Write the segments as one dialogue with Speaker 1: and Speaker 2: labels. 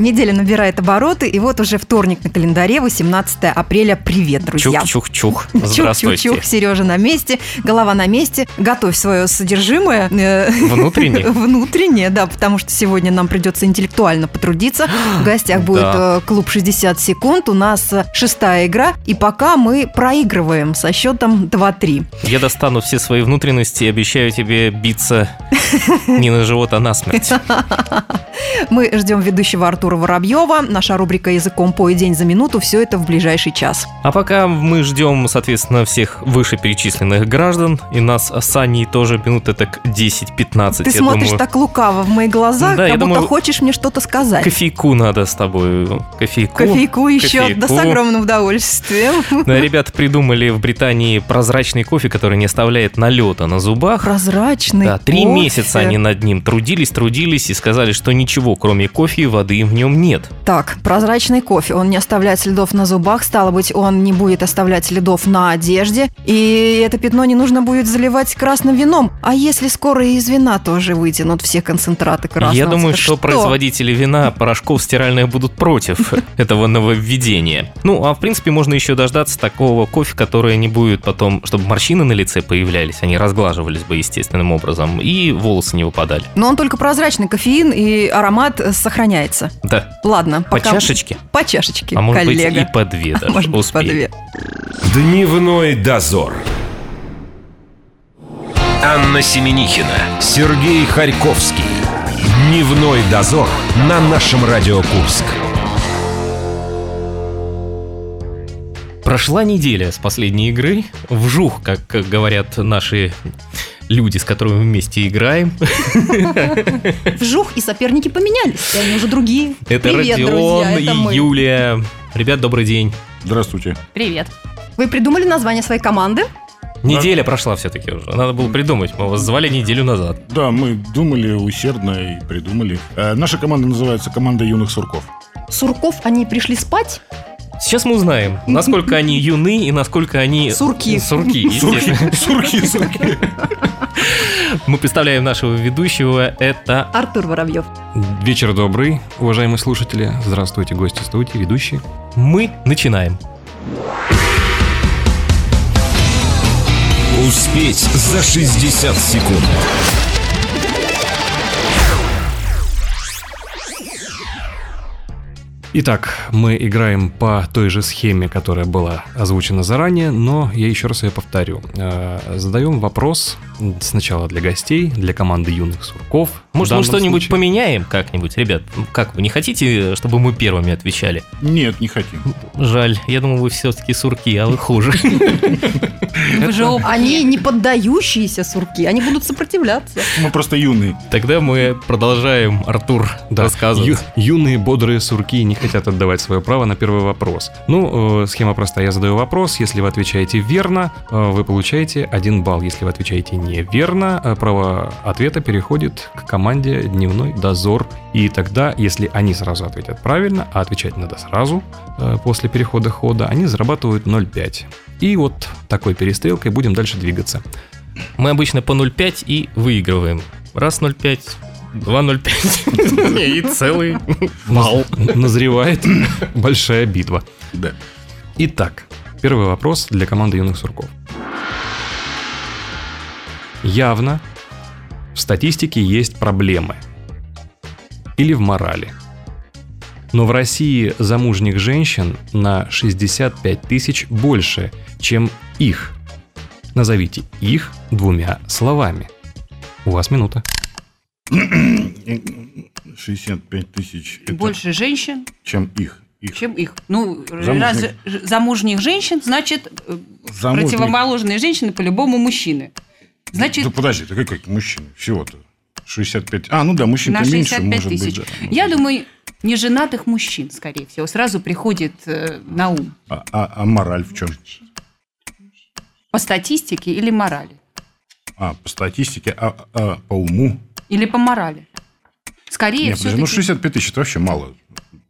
Speaker 1: Неделя набирает обороты, и вот уже вторник на календаре, 18 апреля. Привет, друзья.
Speaker 2: Чух-чух-чух. Здравствуйте.
Speaker 1: Чух-чух-чух, Сережа на месте, голова на месте. Готовь свое содержимое. э,
Speaker 2: Внутренне?
Speaker 1: Внутреннее, да, потому что сегодня нам придется интеллектуально потрудиться. В гостях будет
Speaker 2: Да.
Speaker 1: э, клуб 60 секунд, у нас э, шестая игра, и пока мы проигрываем со счетом 2-3.
Speaker 2: Я достану все свои внутренности и обещаю тебе биться не на живот, а на смерть.
Speaker 1: Мы ждем ведущего Артура Воробьева. Наша рубрика «Языком по и день за минуту» все это в ближайший час.
Speaker 2: А пока мы ждем, соответственно, всех вышеперечисленных граждан, и нас с Аней тоже минуты так 10-15,
Speaker 1: Ты
Speaker 2: я
Speaker 1: смотришь
Speaker 2: думаю.
Speaker 1: так лукаво в мои глаза,
Speaker 2: Да, я
Speaker 1: как будто
Speaker 2: думаю,
Speaker 1: хочешь мне что-то сказать.
Speaker 2: Кофейку надо с тобой. Кофейку.
Speaker 1: Кофейку еще, да с
Speaker 2: кофейку.
Speaker 1: огромным удовольствием.
Speaker 2: Да, Ребята придумали в Британии прозрачный кофе, который не оставляет налета на зубах.
Speaker 1: Прозрачный
Speaker 2: Да, три
Speaker 1: кофе.
Speaker 2: месяца они над ним трудились, трудились и сказали, что ничего, кроме кофе и воды в нем нет.
Speaker 1: Так, прозрачный кофе. Он не оставляет следов на зубах, стало быть, он не будет оставлять следов на одежде. И это пятно не нужно будет заливать красным вином. А если скоро и из вина тоже вытянут все концентраты красного?
Speaker 2: Я думаю, что,
Speaker 1: производитель
Speaker 2: производители вина, порошков стиральных будут против этого нововведения. Ну, а в принципе можно еще дождаться такого кофе, которое не будет потом, чтобы морщины на лице появлялись, они разглаживались бы естественным образом, и волосы не выпадали.
Speaker 1: Но он только прозрачный, кофеин и аромат э, сохраняется.
Speaker 2: Да,
Speaker 1: Ладно,
Speaker 2: по
Speaker 1: пока...
Speaker 2: чашечке,
Speaker 1: По чашечке,
Speaker 2: а может
Speaker 1: коллега.
Speaker 2: быть и по две даже
Speaker 1: Может быть, по
Speaker 2: успеем.
Speaker 1: две.
Speaker 3: Дневной дозор. Анна Семенихина, Сергей Харьковский. Дневной дозор на нашем Радио Курск.
Speaker 2: Прошла неделя с последней игры. Вжух, как говорят наши люди, с которыми мы вместе играем.
Speaker 1: Вжух, и соперники поменялись. и Они уже другие.
Speaker 2: Это
Speaker 1: Привет,
Speaker 2: Родион
Speaker 1: друзья, это
Speaker 2: и
Speaker 1: мы.
Speaker 2: Юлия. Ребят, добрый день.
Speaker 4: Здравствуйте.
Speaker 5: Привет.
Speaker 1: Вы придумали название своей команды?
Speaker 2: Неделя прошла все-таки уже. Надо было придумать. Мы вас звали неделю назад.
Speaker 4: Да, мы думали усердно и придумали. Э, наша команда называется «Команда юных сурков».
Speaker 1: Сурков, они пришли спать?
Speaker 2: Сейчас мы узнаем, насколько они юны и насколько они...
Speaker 1: Сурки.
Speaker 2: Сурки, естественно.
Speaker 4: сурки, сурки.
Speaker 2: Мы представляем нашего ведущего. Это...
Speaker 1: Артур Воробьев.
Speaker 6: Вечер добрый, уважаемые слушатели. Здравствуйте, гости студии, ведущие.
Speaker 2: Мы начинаем.
Speaker 3: Успеть за 60 секунд.
Speaker 6: Итак, мы играем по той же схеме, которая была озвучена заранее, но я еще раз ее повторю. Э, Задаем вопрос сначала для гостей, для команды юных сурков.
Speaker 2: Может, мы
Speaker 6: В данном
Speaker 2: что-нибудь
Speaker 6: случае-
Speaker 2: поменяем как-нибудь, ребят? Как вы, не хотите, чтобы мы первыми отвечали?
Speaker 4: Нет, не хотим.
Speaker 2: Жаль, я думал, вы все-таки сурки, а вы хуже.
Speaker 5: Вы же опытные.
Speaker 1: Они не поддающиеся сурки, они будут сопротивляться.
Speaker 4: Мы просто юные.
Speaker 2: Тогда мы продолжаем, Артур,
Speaker 6: Да,
Speaker 2: рассказывать.
Speaker 6: ю- юные бодрые сурки не хотят отдавать свое право на первый вопрос. Ну, э, схема простая. Я задаю вопрос. Если вы отвечаете верно, э, вы получаете один балл. Если вы отвечаете неверно, э, право ответа переходит к команде «Дневной дозор». И тогда, если они сразу ответят правильно, а отвечать надо сразу э, после перехода хода, они зарабатывают 0,5. И вот такой перестрелкой будем дальше двигаться.
Speaker 2: Мы обычно по 0,5 и выигрываем. Раз 0,5, два 0,5 и целый.
Speaker 6: Наз- Назревает большая битва.
Speaker 4: Да.
Speaker 6: Итак, первый вопрос для команды юных сурков. Явно в статистике есть проблемы. Или в морали. Но в России замужних женщин на 65 тысяч больше, чем их. Назовите их двумя словами. У вас минута.
Speaker 4: 65 тысяч. это
Speaker 5: Больше женщин,
Speaker 4: Чем их. Их.
Speaker 5: чем их. Ну,
Speaker 4: Замужних.
Speaker 5: раз ж- замужних женщин, значит, э,
Speaker 4: Замужних.
Speaker 5: противоположные женщины по-любому мужчины. Значит,
Speaker 4: Да подожди, ты как, как мужчины? Всего-то. 65. А, ну да, мужчин
Speaker 5: на
Speaker 4: то меньше,
Speaker 5: 65
Speaker 4: может
Speaker 5: тысяч.
Speaker 4: быть. да.
Speaker 5: Я думаю, неженатых мужчин, скорее всего, сразу приходит э, на ум.
Speaker 4: А, а- а мораль в чем?
Speaker 5: По статистике или морали?
Speaker 4: А, по статистике, а, а по уму?
Speaker 5: Или по морали? Скорее
Speaker 4: Нет, подожди, ну
Speaker 5: все-таки
Speaker 4: 65 тысяч это вообще мало.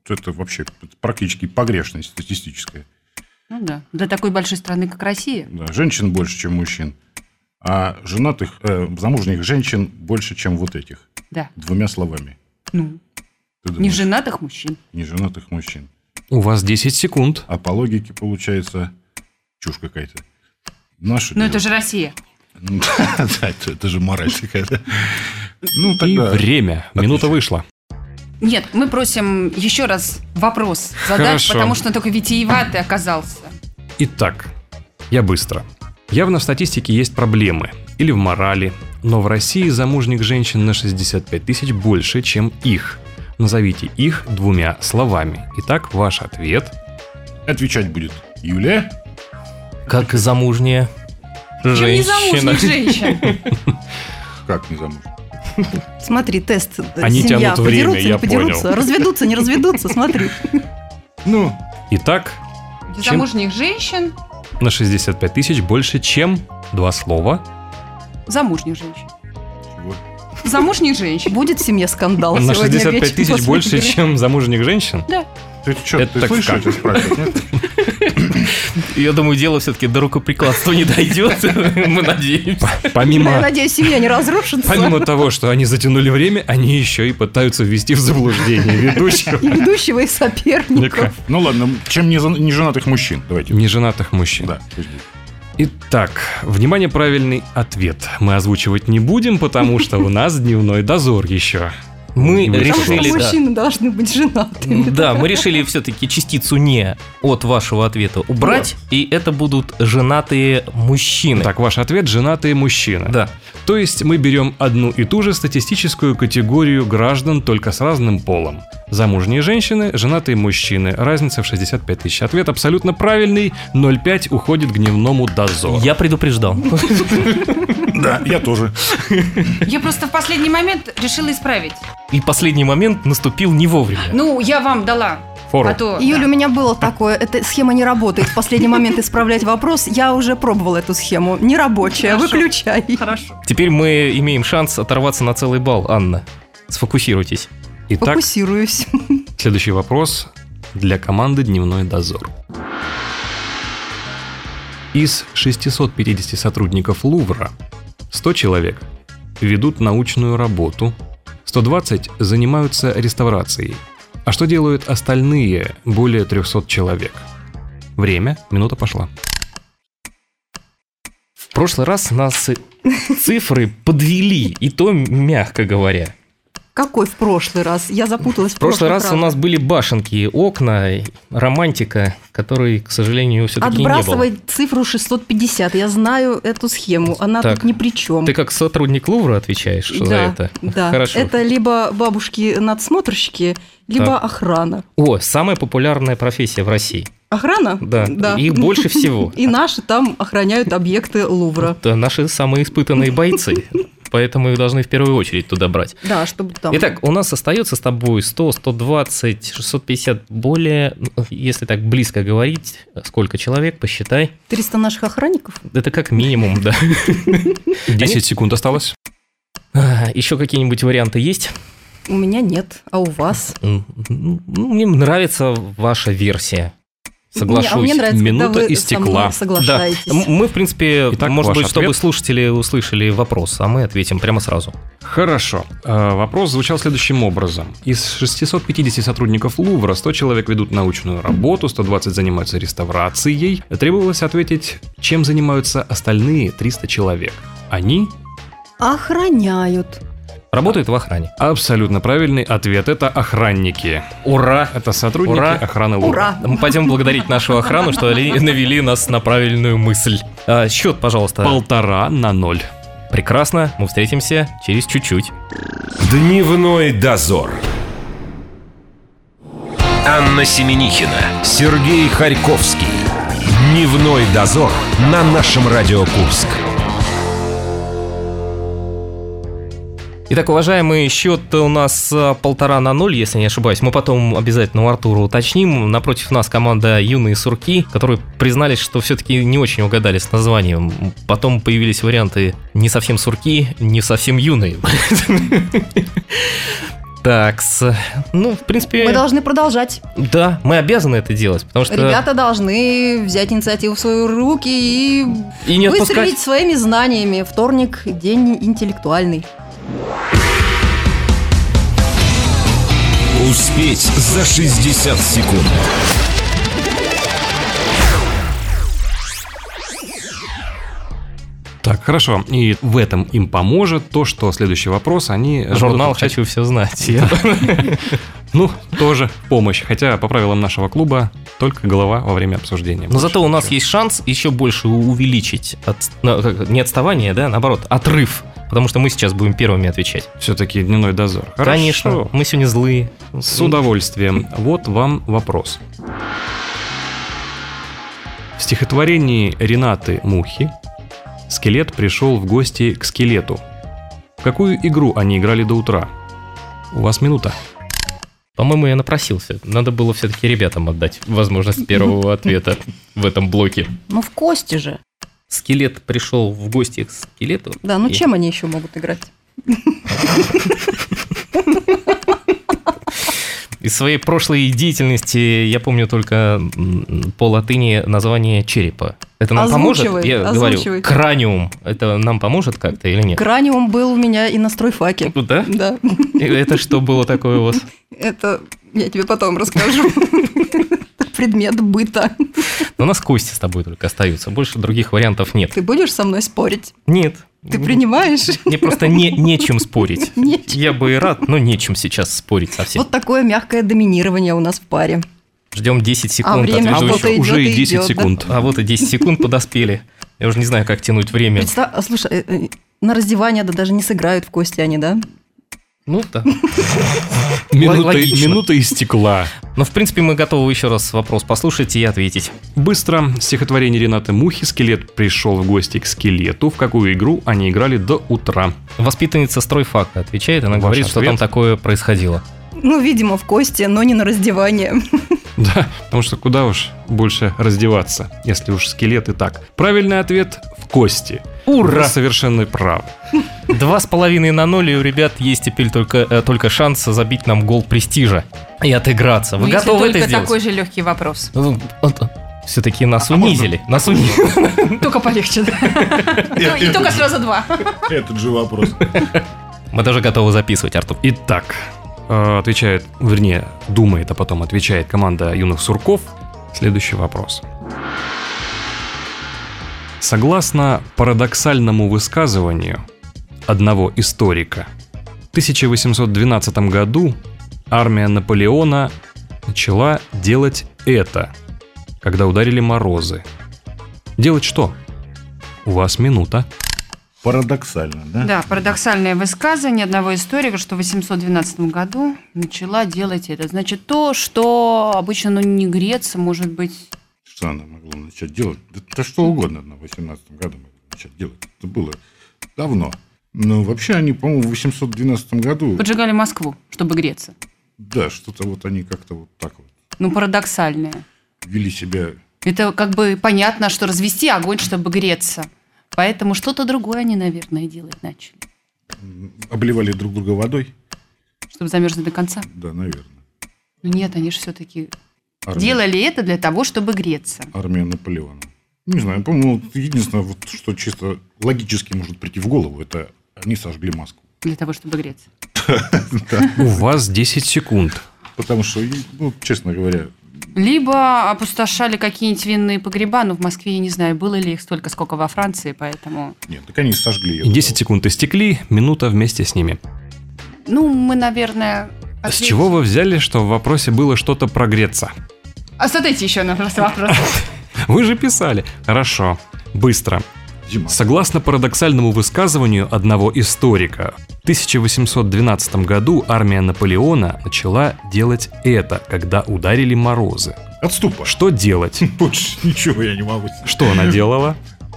Speaker 4: Это вообще практически погрешность статистическая.
Speaker 5: Ну да. Для такой большой страны, как Россия.
Speaker 4: Да, женщин больше, чем мужчин. А женатых, э, замужних женщин больше, чем вот этих.
Speaker 5: Да.
Speaker 4: Двумя словами.
Speaker 5: Ну,
Speaker 4: Ты думаешь,
Speaker 5: неженатых мужчин.
Speaker 4: Неженатых мужчин.
Speaker 6: У вас 10 секунд.
Speaker 4: А по логике получается чушь какая-то. Наша Ну,
Speaker 5: Но Ну, это же Россия.
Speaker 4: Да, это это же мораль такая. Ну,
Speaker 6: И
Speaker 4: тогда...
Speaker 6: время. Минута
Speaker 4: Отлично.
Speaker 6: вышла.
Speaker 5: Нет, мы просим еще раз вопрос задать,
Speaker 6: Хорошо.
Speaker 5: потому что он такой витиеватый оказался.
Speaker 6: Итак, я быстро. Явно в статистике есть проблемы. Или в морали. Но в России замужних женщин на 65 тысяч больше, чем их. Назовите их двумя словами. Итак, ваш ответ.
Speaker 4: Отвечать будет Юлия.
Speaker 2: Как замужняя
Speaker 5: Чем не
Speaker 2: женщина.
Speaker 5: замужних женщин.
Speaker 4: Как не замужем?
Speaker 1: Смотри, тест. э,
Speaker 6: Они
Speaker 1: Семья.
Speaker 6: тянут время,
Speaker 1: подерутся,
Speaker 6: я
Speaker 1: не подерутся,
Speaker 6: понял.
Speaker 1: разведутся, не разведутся, смотри.
Speaker 4: Ну,
Speaker 6: Итак,
Speaker 5: Замужних женщин,
Speaker 6: на 65 тысяч больше, чем два слова.
Speaker 5: замужних женщин.
Speaker 4: чего?
Speaker 5: Замужних женщин.
Speaker 1: Будет в семье скандал
Speaker 6: на
Speaker 1: А сегодня
Speaker 6: 65
Speaker 1: вечером
Speaker 6: тысяч
Speaker 1: после
Speaker 6: больше,
Speaker 1: игры.
Speaker 6: чем замужних женщин.
Speaker 4: Ты что,
Speaker 6: Это
Speaker 4: ты
Speaker 6: так
Speaker 4: слышишь,
Speaker 6: как?
Speaker 4: что спрашиваешь, нет?
Speaker 2: Я думаю, дело все-таки до рукоприкладства не дойдет. Мы надеемся.
Speaker 1: Ну, Я
Speaker 6: Помимо
Speaker 1: надеюсь, семья не разрушится.
Speaker 6: Помимо того, что они затянули время, они еще и пытаются ввести в заблуждение ведущего.
Speaker 1: И ведущего, и соперников.
Speaker 4: Ну ладно, чем не за- неженатых мужчин? Давайте.
Speaker 6: Неженатых мужчин.
Speaker 4: Да, пусть будет.
Speaker 6: Итак, внимание, правильный ответ. Мы озвучивать не будем, потому что у нас дневной дозор еще.
Speaker 2: Мы
Speaker 6: Не
Speaker 1: Потому что
Speaker 2: решили, да.
Speaker 1: мужчины должны быть женатыми.
Speaker 2: Да, мы решили все-таки частицу «не» от вашего ответа убрать, и это будут женатые мужчины.
Speaker 6: Так, ваш ответ – женатые мужчины.
Speaker 2: Да.
Speaker 6: То есть мы берем одну и ту же статистическую категорию граждан, только с разным полом. Замужние женщины, женатые мужчины. Разница в 65 тысяч. Ответ абсолютно правильный. 0,5 уходит к дневному дозору.
Speaker 2: Я предупреждал.
Speaker 4: Да, я тоже.
Speaker 5: Я просто в последний момент решила исправить.
Speaker 2: И последний момент наступил не вовремя.
Speaker 5: Ну, я вам дала.
Speaker 6: Фору.
Speaker 5: А то...
Speaker 1: Юля, у меня было такое, эта схема не работает. В последний момент исправлять вопрос, я уже пробовала эту схему. Нерабочая,
Speaker 5: Хорошо.
Speaker 1: выключай.
Speaker 5: Хорошо.
Speaker 2: Теперь мы имеем шанс оторваться на целый балл, Анна. Сфокусируйтесь.
Speaker 6: Итак,
Speaker 1: Фокусируюсь.
Speaker 6: Следующий вопрос для команды «Дневной дозор». Из 650 сотрудников Лувра 100 человек ведут научную работу, 120 занимаются реставрацией. А что делают остальные более 300 человек? Время, минута пошла.
Speaker 2: В прошлый раз нас и цифры подвели, и то мягко говоря.
Speaker 1: Какой в прошлый раз? Я запуталась в
Speaker 2: В прошлый
Speaker 1: прошлом,
Speaker 2: раз у
Speaker 1: правда.
Speaker 2: нас были башенки, окна, и романтика, которой, к сожалению, все-таки не было.
Speaker 1: Отбрасывай цифру 650. Я знаю эту схему. Она
Speaker 2: Так.
Speaker 1: тут ни при чем.
Speaker 2: Ты как сотрудник Лувра отвечаешь за
Speaker 1: да,
Speaker 2: это?
Speaker 1: Да.
Speaker 2: Хорошо.
Speaker 1: Это либо бабушки-надсмотрщики, либо
Speaker 2: Так.
Speaker 1: охрана.
Speaker 2: О, самая популярная профессия в России.
Speaker 1: Охрана?
Speaker 2: Да. Их больше всего.
Speaker 1: И наши там охраняют объекты Лувра.
Speaker 2: Это наши самые испытанные бойцы. Поэтому их должны в первую очередь туда брать.
Speaker 1: Да, чтобы там...
Speaker 2: Итак, у нас остается с тобой 100, 120, 650, более, ну, если так близко говорить, сколько человек, посчитай.
Speaker 1: 300 наших охранников?
Speaker 2: Это как минимум, да.
Speaker 6: 10 секунд осталось.
Speaker 2: А, Еще какие-нибудь варианты есть?
Speaker 1: У меня нет, а у вас?
Speaker 2: М, м, ну, Мне нравится ваша версия. Соглашусь.
Speaker 1: Не, а мне нравится,
Speaker 6: Минута
Speaker 1: когда вы
Speaker 6: истекла.
Speaker 1: со мной
Speaker 2: Да.
Speaker 1: соглашаетесь.
Speaker 2: М- Мы, в принципе,
Speaker 6: Итак,
Speaker 2: может
Speaker 6: ваш
Speaker 2: быть, чтобы
Speaker 6: ответ?
Speaker 2: слушатели услышали вопрос, а мы ответим прямо сразу.
Speaker 6: Хорошо. Э, Вопрос звучал следующим образом. Из 650 сотрудников Лувра 100 человек ведут научную работу, 120 занимаются реставрацией. Требовалось ответить, чем занимаются остальные 300 человек. Они?
Speaker 1: Охраняют.
Speaker 2: Работает в охране.
Speaker 6: Абсолютно правильный ответ. Это охранники.
Speaker 2: Ура!
Speaker 6: Это сотрудники
Speaker 2: Ура!
Speaker 6: охраны Лувра.
Speaker 1: Ура!
Speaker 2: Мы пойдем благодарить нашу охрану, что они навели нас на правильную мысль. А, счет, пожалуйста.
Speaker 6: Полтора на ноль.
Speaker 2: Прекрасно, мы встретимся через чуть-чуть.
Speaker 3: Дневной дозор. Анна Семенихина, Сергей Харьковский. Дневной дозор на нашем Радио Курск.
Speaker 2: Итак, уважаемый, счет у нас а, полтора на ноль, если не ошибаюсь. Мы потом обязательно у Артура уточним. Напротив нас команда «Юные сурки», которые признались, что все-таки не очень угадали с названием. Потом появились варианты «не совсем сурки», «не совсем юные». Такс. Ну, в принципе,
Speaker 7: Мы должны продолжать.
Speaker 2: да, мы обязаны это делать, потому что...
Speaker 7: Ребята должны взять инициативу в свои руки и
Speaker 2: и не отпускать.
Speaker 7: выстрелить своими знаниями. Вторник – день интеллектуальный.
Speaker 3: Успеть за 60 секунд.
Speaker 6: Так, хорошо. И в этом им поможет то, что следующий вопрос они... э,
Speaker 2: Журнал
Speaker 6: будут
Speaker 2: «Хочу все знать».
Speaker 6: изучать. Ну, тоже помощь. Хотя, по правилам нашего клуба, только голова во время обсуждения.
Speaker 2: Но зато у нас
Speaker 6: Больше
Speaker 2: есть шанс еще больше у- увеличить от- ну, как- не отставание, да, наоборот, отрыв. Потому что мы сейчас будем первыми отвечать.
Speaker 6: ничего. Все-таки дневной дозор. Хорошо.
Speaker 2: Конечно, мы сегодня злые.
Speaker 6: С удовольствием. Вот вам вопрос. В стихотворении Ренаты Мухи скелет пришел в гости к скелету. В какую игру они играли до утра? У вас минута.
Speaker 2: По-моему, я напросился. Надо было все-таки ребятам отдать возможность первого ответа в этом блоке.
Speaker 7: Ну, в кости же.
Speaker 2: Скелет пришел в гости к скелету.
Speaker 7: Да, ну
Speaker 2: И-
Speaker 7: чем они еще могут играть?
Speaker 2: Из своей прошлой деятельности я помню только м, по латыни название черепа. Это нам поможет?
Speaker 7: Озвучивай,
Speaker 2: Я
Speaker 7: озвучивай.
Speaker 2: говорю, краниум. Это нам поможет как-то или нет?
Speaker 7: Краниум был у меня и на стройфаке.
Speaker 2: Ну Да?
Speaker 7: Да,
Speaker 2: Это что было такое у вас?
Speaker 7: это я тебе потом расскажу. Это Предмет быта.
Speaker 2: Но у нас кости с тобой только остаются. Больше других вариантов нет.
Speaker 7: Ты будешь со мной спорить?
Speaker 2: Нет.
Speaker 7: Ты принимаешь?
Speaker 2: Мне просто не, нечем спорить.
Speaker 7: Нечем.
Speaker 2: Я бы и рад, но нечем сейчас спорить совсем.
Speaker 7: Вот такое мягкое доминирование у нас в паре.
Speaker 2: Ждем 10 секунд
Speaker 7: А время
Speaker 2: от
Speaker 7: Кто-то
Speaker 2: ведущего.
Speaker 7: идет
Speaker 6: уже
Speaker 7: и
Speaker 6: и 10
Speaker 7: идет, да?
Speaker 6: секунд.
Speaker 2: А вот и 10 секунд подоспели. Я уже не знаю, как тянуть время.
Speaker 7: Представь, а, слушай, э, э, на раздевание да даже не сыграют в кости они, да?
Speaker 2: Ну да.
Speaker 6: Минута,
Speaker 2: Логично.
Speaker 6: минута истекла.
Speaker 2: Но в принципе мы готовы еще раз вопрос послушать и ответить.
Speaker 6: Быстро. Стихотворение Ренаты Мухи «Скелет пришел в гости к скелету». В какую игру они играли до утра?
Speaker 2: Воспитанница стройфака отвечает, она
Speaker 6: Ваш
Speaker 2: говорит, что там
Speaker 6: ответ?
Speaker 2: такое происходило.
Speaker 7: Ну, видимо, в кости, но не на раздевание.
Speaker 6: Да, потому что куда уж больше раздеваться, если уж скелет и так. Правильный ответ – в кости. Вы
Speaker 2: Ура!
Speaker 6: совершенно прав.
Speaker 2: Два с половиной на ноль, и у ребят есть теперь только, э, только шанс забить нам гол престижа и отыграться. Вы
Speaker 5: Ну, если
Speaker 2: готовы это
Speaker 5: только
Speaker 2: сделать?
Speaker 5: такой же легкий вопрос.
Speaker 2: Все-таки нас унизили. Нас унизили.
Speaker 5: Только полегче, да. И только сразу два.
Speaker 4: Этот же вопрос.
Speaker 2: Мы даже готовы записывать, Артур.
Speaker 6: Итак, э, отвечает, вернее, думает, а потом отвечает команда юных сурков. Следующий вопрос. Согласно парадоксальному высказыванию одного историка, в 1812 году армия Наполеона начала делать это, когда ударили морозы. Делать что? У вас минута.
Speaker 4: Парадоксально, да?
Speaker 5: Да, парадоксальное высказывание одного историка, что в 812 году начала делать это. Значит, то, что обычно ну, не греться, может быть...
Speaker 4: Что она могла начать делать? Да, да что угодно она в 18 году могла начать делать. Это было давно. Но вообще они, по-моему, в 812 году...
Speaker 5: Поджигали Москву, чтобы греться.
Speaker 4: Да, что-то вот они как-то вот так вот
Speaker 5: Ну, парадоксальное.
Speaker 4: вели себя...
Speaker 5: Это как бы понятно, что развести огонь, чтобы греться. Поэтому что-то другое они, наверное, делать начали.
Speaker 4: м, Обливали друг друга водой.
Speaker 5: Чтобы замерзли до конца.
Speaker 4: Да, наверное.
Speaker 5: Но нет, они же все-таки
Speaker 4: Армия,
Speaker 5: делали это для того, чтобы греться.
Speaker 4: армия Наполеона. Не знаю, по-моему, вот единственное, вот, что чисто логически может прийти в голову, это они сожгли Москву.
Speaker 5: Для того, чтобы греться.
Speaker 6: У вас 10 секунд.
Speaker 4: Потому что, и, ну, честно говоря,
Speaker 5: Либо опустошали какие-нибудь винные погреба, но в Москве я не знаю, было ли их столько, сколько во Франции, поэтому...
Speaker 4: нет, так они сожгли ее.
Speaker 6: И 10 секунд истекли, минута вместе с ними.
Speaker 5: Ну, мы, наверное...
Speaker 6: А С чего вы взяли, что в вопросе было что-то про греться?
Speaker 5: А задайте еще на раз вопрос.
Speaker 6: Вы же писали. Хорошо. Быстро.
Speaker 4: Зима.
Speaker 6: Согласно парадоксальному высказыванию одного историка, в 1812 году армия Наполеона начала делать это, когда ударили морозы.
Speaker 4: Отступа.
Speaker 6: Что делать?
Speaker 4: Больше ничего я не могу.
Speaker 6: Что она делала?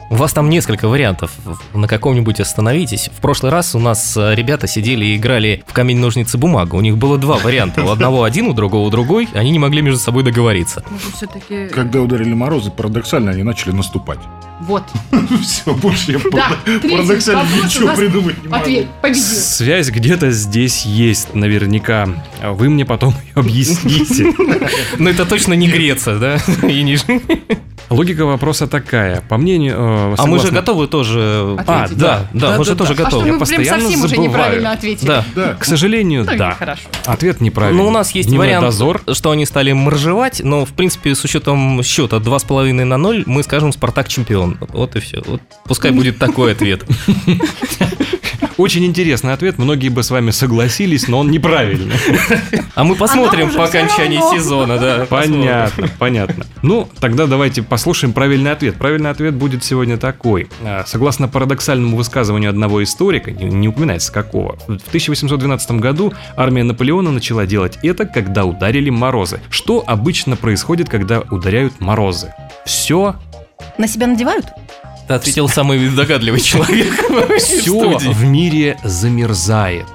Speaker 2: У вас там несколько вариантов. На каком-нибудь остановитесь. В прошлый раз у нас э, ребята сидели и играли в камень, ножницы, бумага. У них было два варианта. У одного один, у другого другой. Они не могли между собой договориться.
Speaker 5: Может, все-таки...
Speaker 4: Когда ударили морозы, парадоксально они начали наступать.
Speaker 5: Вот.
Speaker 4: Все, больше я
Speaker 5: Да,
Speaker 4: парадо-
Speaker 5: третий
Speaker 4: парадоксально
Speaker 5: вопрос у
Speaker 4: ничего
Speaker 5: нас
Speaker 4: придумать не могу.
Speaker 5: Ответ. Победил.
Speaker 6: Связь где-то здесь есть, наверняка. А Вы мне потом её объясните.
Speaker 2: Но это точно не Греция, да? И не...
Speaker 6: Логика вопроса такая. По мнению... э,
Speaker 2: А мы же
Speaker 6: согласно-
Speaker 2: готовы тоже...
Speaker 5: А,
Speaker 6: Ответить,
Speaker 2: да,
Speaker 6: да.
Speaker 2: да, мы же тоже
Speaker 6: Да-да-да. А что
Speaker 5: А что
Speaker 2: готовы.
Speaker 6: Я
Speaker 5: мы прям
Speaker 6: постоянно
Speaker 5: совсем уже
Speaker 6: забываю.
Speaker 5: неправильно ответили?
Speaker 2: Да.
Speaker 4: Да,
Speaker 6: К сожалению,
Speaker 5: Ну,
Speaker 6: да.
Speaker 5: Хорошо.
Speaker 6: Ответ неправильный.
Speaker 2: Ну, у нас есть
Speaker 6: Дневной
Speaker 2: вариант,
Speaker 6: дозор.
Speaker 2: что они стали моржевать, но, в принципе, с учетом счета 2,5 на 0, мы скажем «Спартак чемпион». Вот и все. Вот пускай будет такой ответ.
Speaker 6: Очень интересный ответ. Многие бы с вами согласились, но он неправильный.
Speaker 2: А мы посмотрим
Speaker 5: уже
Speaker 2: по
Speaker 5: всё
Speaker 2: окончании
Speaker 5: равно.
Speaker 2: сезона, да. посмотрим.
Speaker 6: Понятно, понятно. Ну, тогда давайте послушаем правильный ответ. Правильный ответ будет сегодня такой. А, Согласно парадоксальному высказыванию одного историка, не, не упоминается какого, в 1812 году армия Наполеона начала делать это, когда ударили морозы. Что обычно происходит, когда ударяют морозы? Все,
Speaker 7: На себя надевают?
Speaker 2: Ты ответил самый догадливый человек в
Speaker 6: все
Speaker 2: студии.
Speaker 6: в мире замерзает.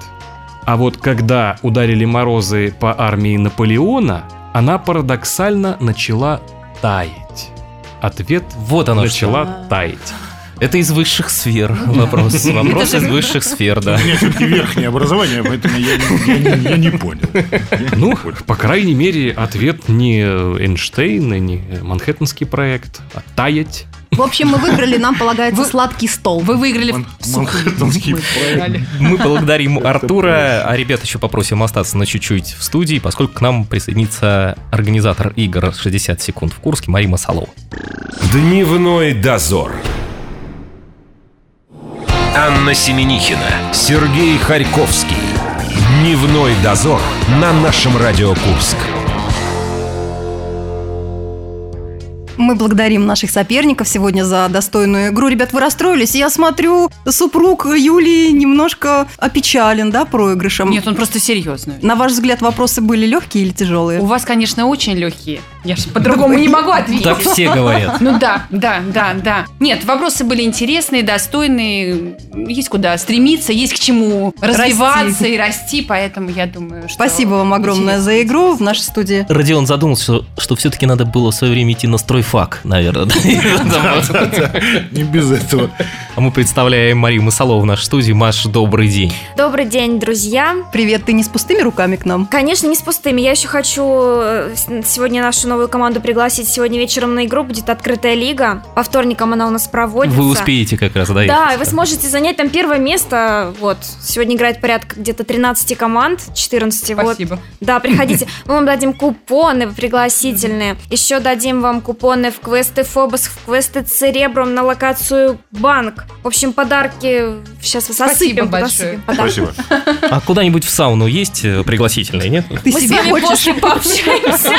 Speaker 6: А вот когда ударили морозы по армии Наполеона, она парадоксально начала таять. Ответ
Speaker 2: Вот оно что.
Speaker 6: начала таять.
Speaker 2: Это из высших сфер вопрос. Вопрос из высших сфер, да.
Speaker 4: у меня все-таки верхнее образование, поэтому я не- я не- я не понял.
Speaker 6: Ну, по крайней мере, ответ не Эйнштейн и не Манхэттенский проект, а таять.
Speaker 7: В общем, мы выиграли, нам полагается сладкий стол.
Speaker 5: Вы выиграли
Speaker 4: Ман-
Speaker 5: в сухую.
Speaker 4: Манхэттенский
Speaker 5: Мы
Speaker 4: проект.
Speaker 5: проиграли.
Speaker 2: Мы благодарим Артура, а ребят еще попросим остаться на чуть-чуть в студии, поскольку к нам присоединится организатор игр «60 секунд в Курске» Марима Солова.
Speaker 3: Дневной дозор. Анна Семенихина, Сергей Харьковский. Дневной дозор на нашем Радио Курск.
Speaker 7: Мы благодарим наших соперников сегодня за достойную игру. Ребят, вы расстроились? Я смотрю, супруг Юлии немножко опечален, да, проигрышем?
Speaker 5: Нет, он просто серьезный.
Speaker 7: На ваш взгляд, вопросы были легкие или
Speaker 5: У
Speaker 7: тяжелые?
Speaker 5: вас, конечно, очень легкие. Я же по-другому не могу ответить.
Speaker 2: Так все говорят.
Speaker 5: Ну да, да, да, да. Нет, вопросы были интересные, достойные. Есть куда стремиться, есть к чему развиваться и расти, поэтому я думаю, что...
Speaker 7: Спасибо вам огромное за
Speaker 5: интересно.
Speaker 7: игру в нашей студии.
Speaker 2: Родион задумался, что, все-таки надо было в свое время идти на стройфак, наверное.
Speaker 4: Не без этого.
Speaker 2: А мы представляем Марию Масалову в нашей студии. Маш, добрый день.
Speaker 8: Добрый день, друзья.
Speaker 7: Привет, ты не с пустыми руками к нам?
Speaker 8: Конечно, не с пустыми. Я еще хочу э, с- сегодня нашу новую команду пригласить. Сегодня вечером на игру будет открытая лига. По вторникам она у нас проводится.
Speaker 2: Вы успеете как раз доехать.
Speaker 8: Да, и вы сможете занять там первое место. Вот. Сегодня играет порядка где-то 13 команд, 14. Вот.
Speaker 5: Спасибо.
Speaker 8: Да, приходите. Мы вам дадим купоны пригласительные. Еще дадим вам купоны в квесты Фобос, в квесты Церебрум на локацию Банк. В общем, подарки сейчас вас
Speaker 5: Спасибо
Speaker 8: осыпем.
Speaker 5: большое.
Speaker 8: осыпем подарки.
Speaker 4: Спасибо.
Speaker 2: А куда-нибудь в сауну есть э, пригласительные, нет?
Speaker 7: Ты
Speaker 8: Мы с
Speaker 7: себе
Speaker 8: вами
Speaker 7: хочешь?
Speaker 8: после пообщаемся.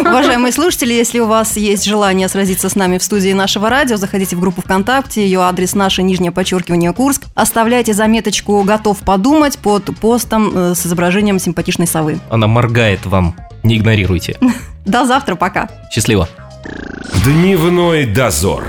Speaker 7: Уважаемые слушатели, если у вас есть желание сразиться с нами в студии нашего радио, заходите в группу ВКонтакте, ее адрес наше нижнее подчеркивание Курск. Оставляйте заметочку «Готов подумать» под постом э, с изображением симпатичной совы.
Speaker 2: Она моргает вам. Не игнорируйте.
Speaker 7: До завтра, пока!
Speaker 2: Счастливо.
Speaker 3: Дневной дозор.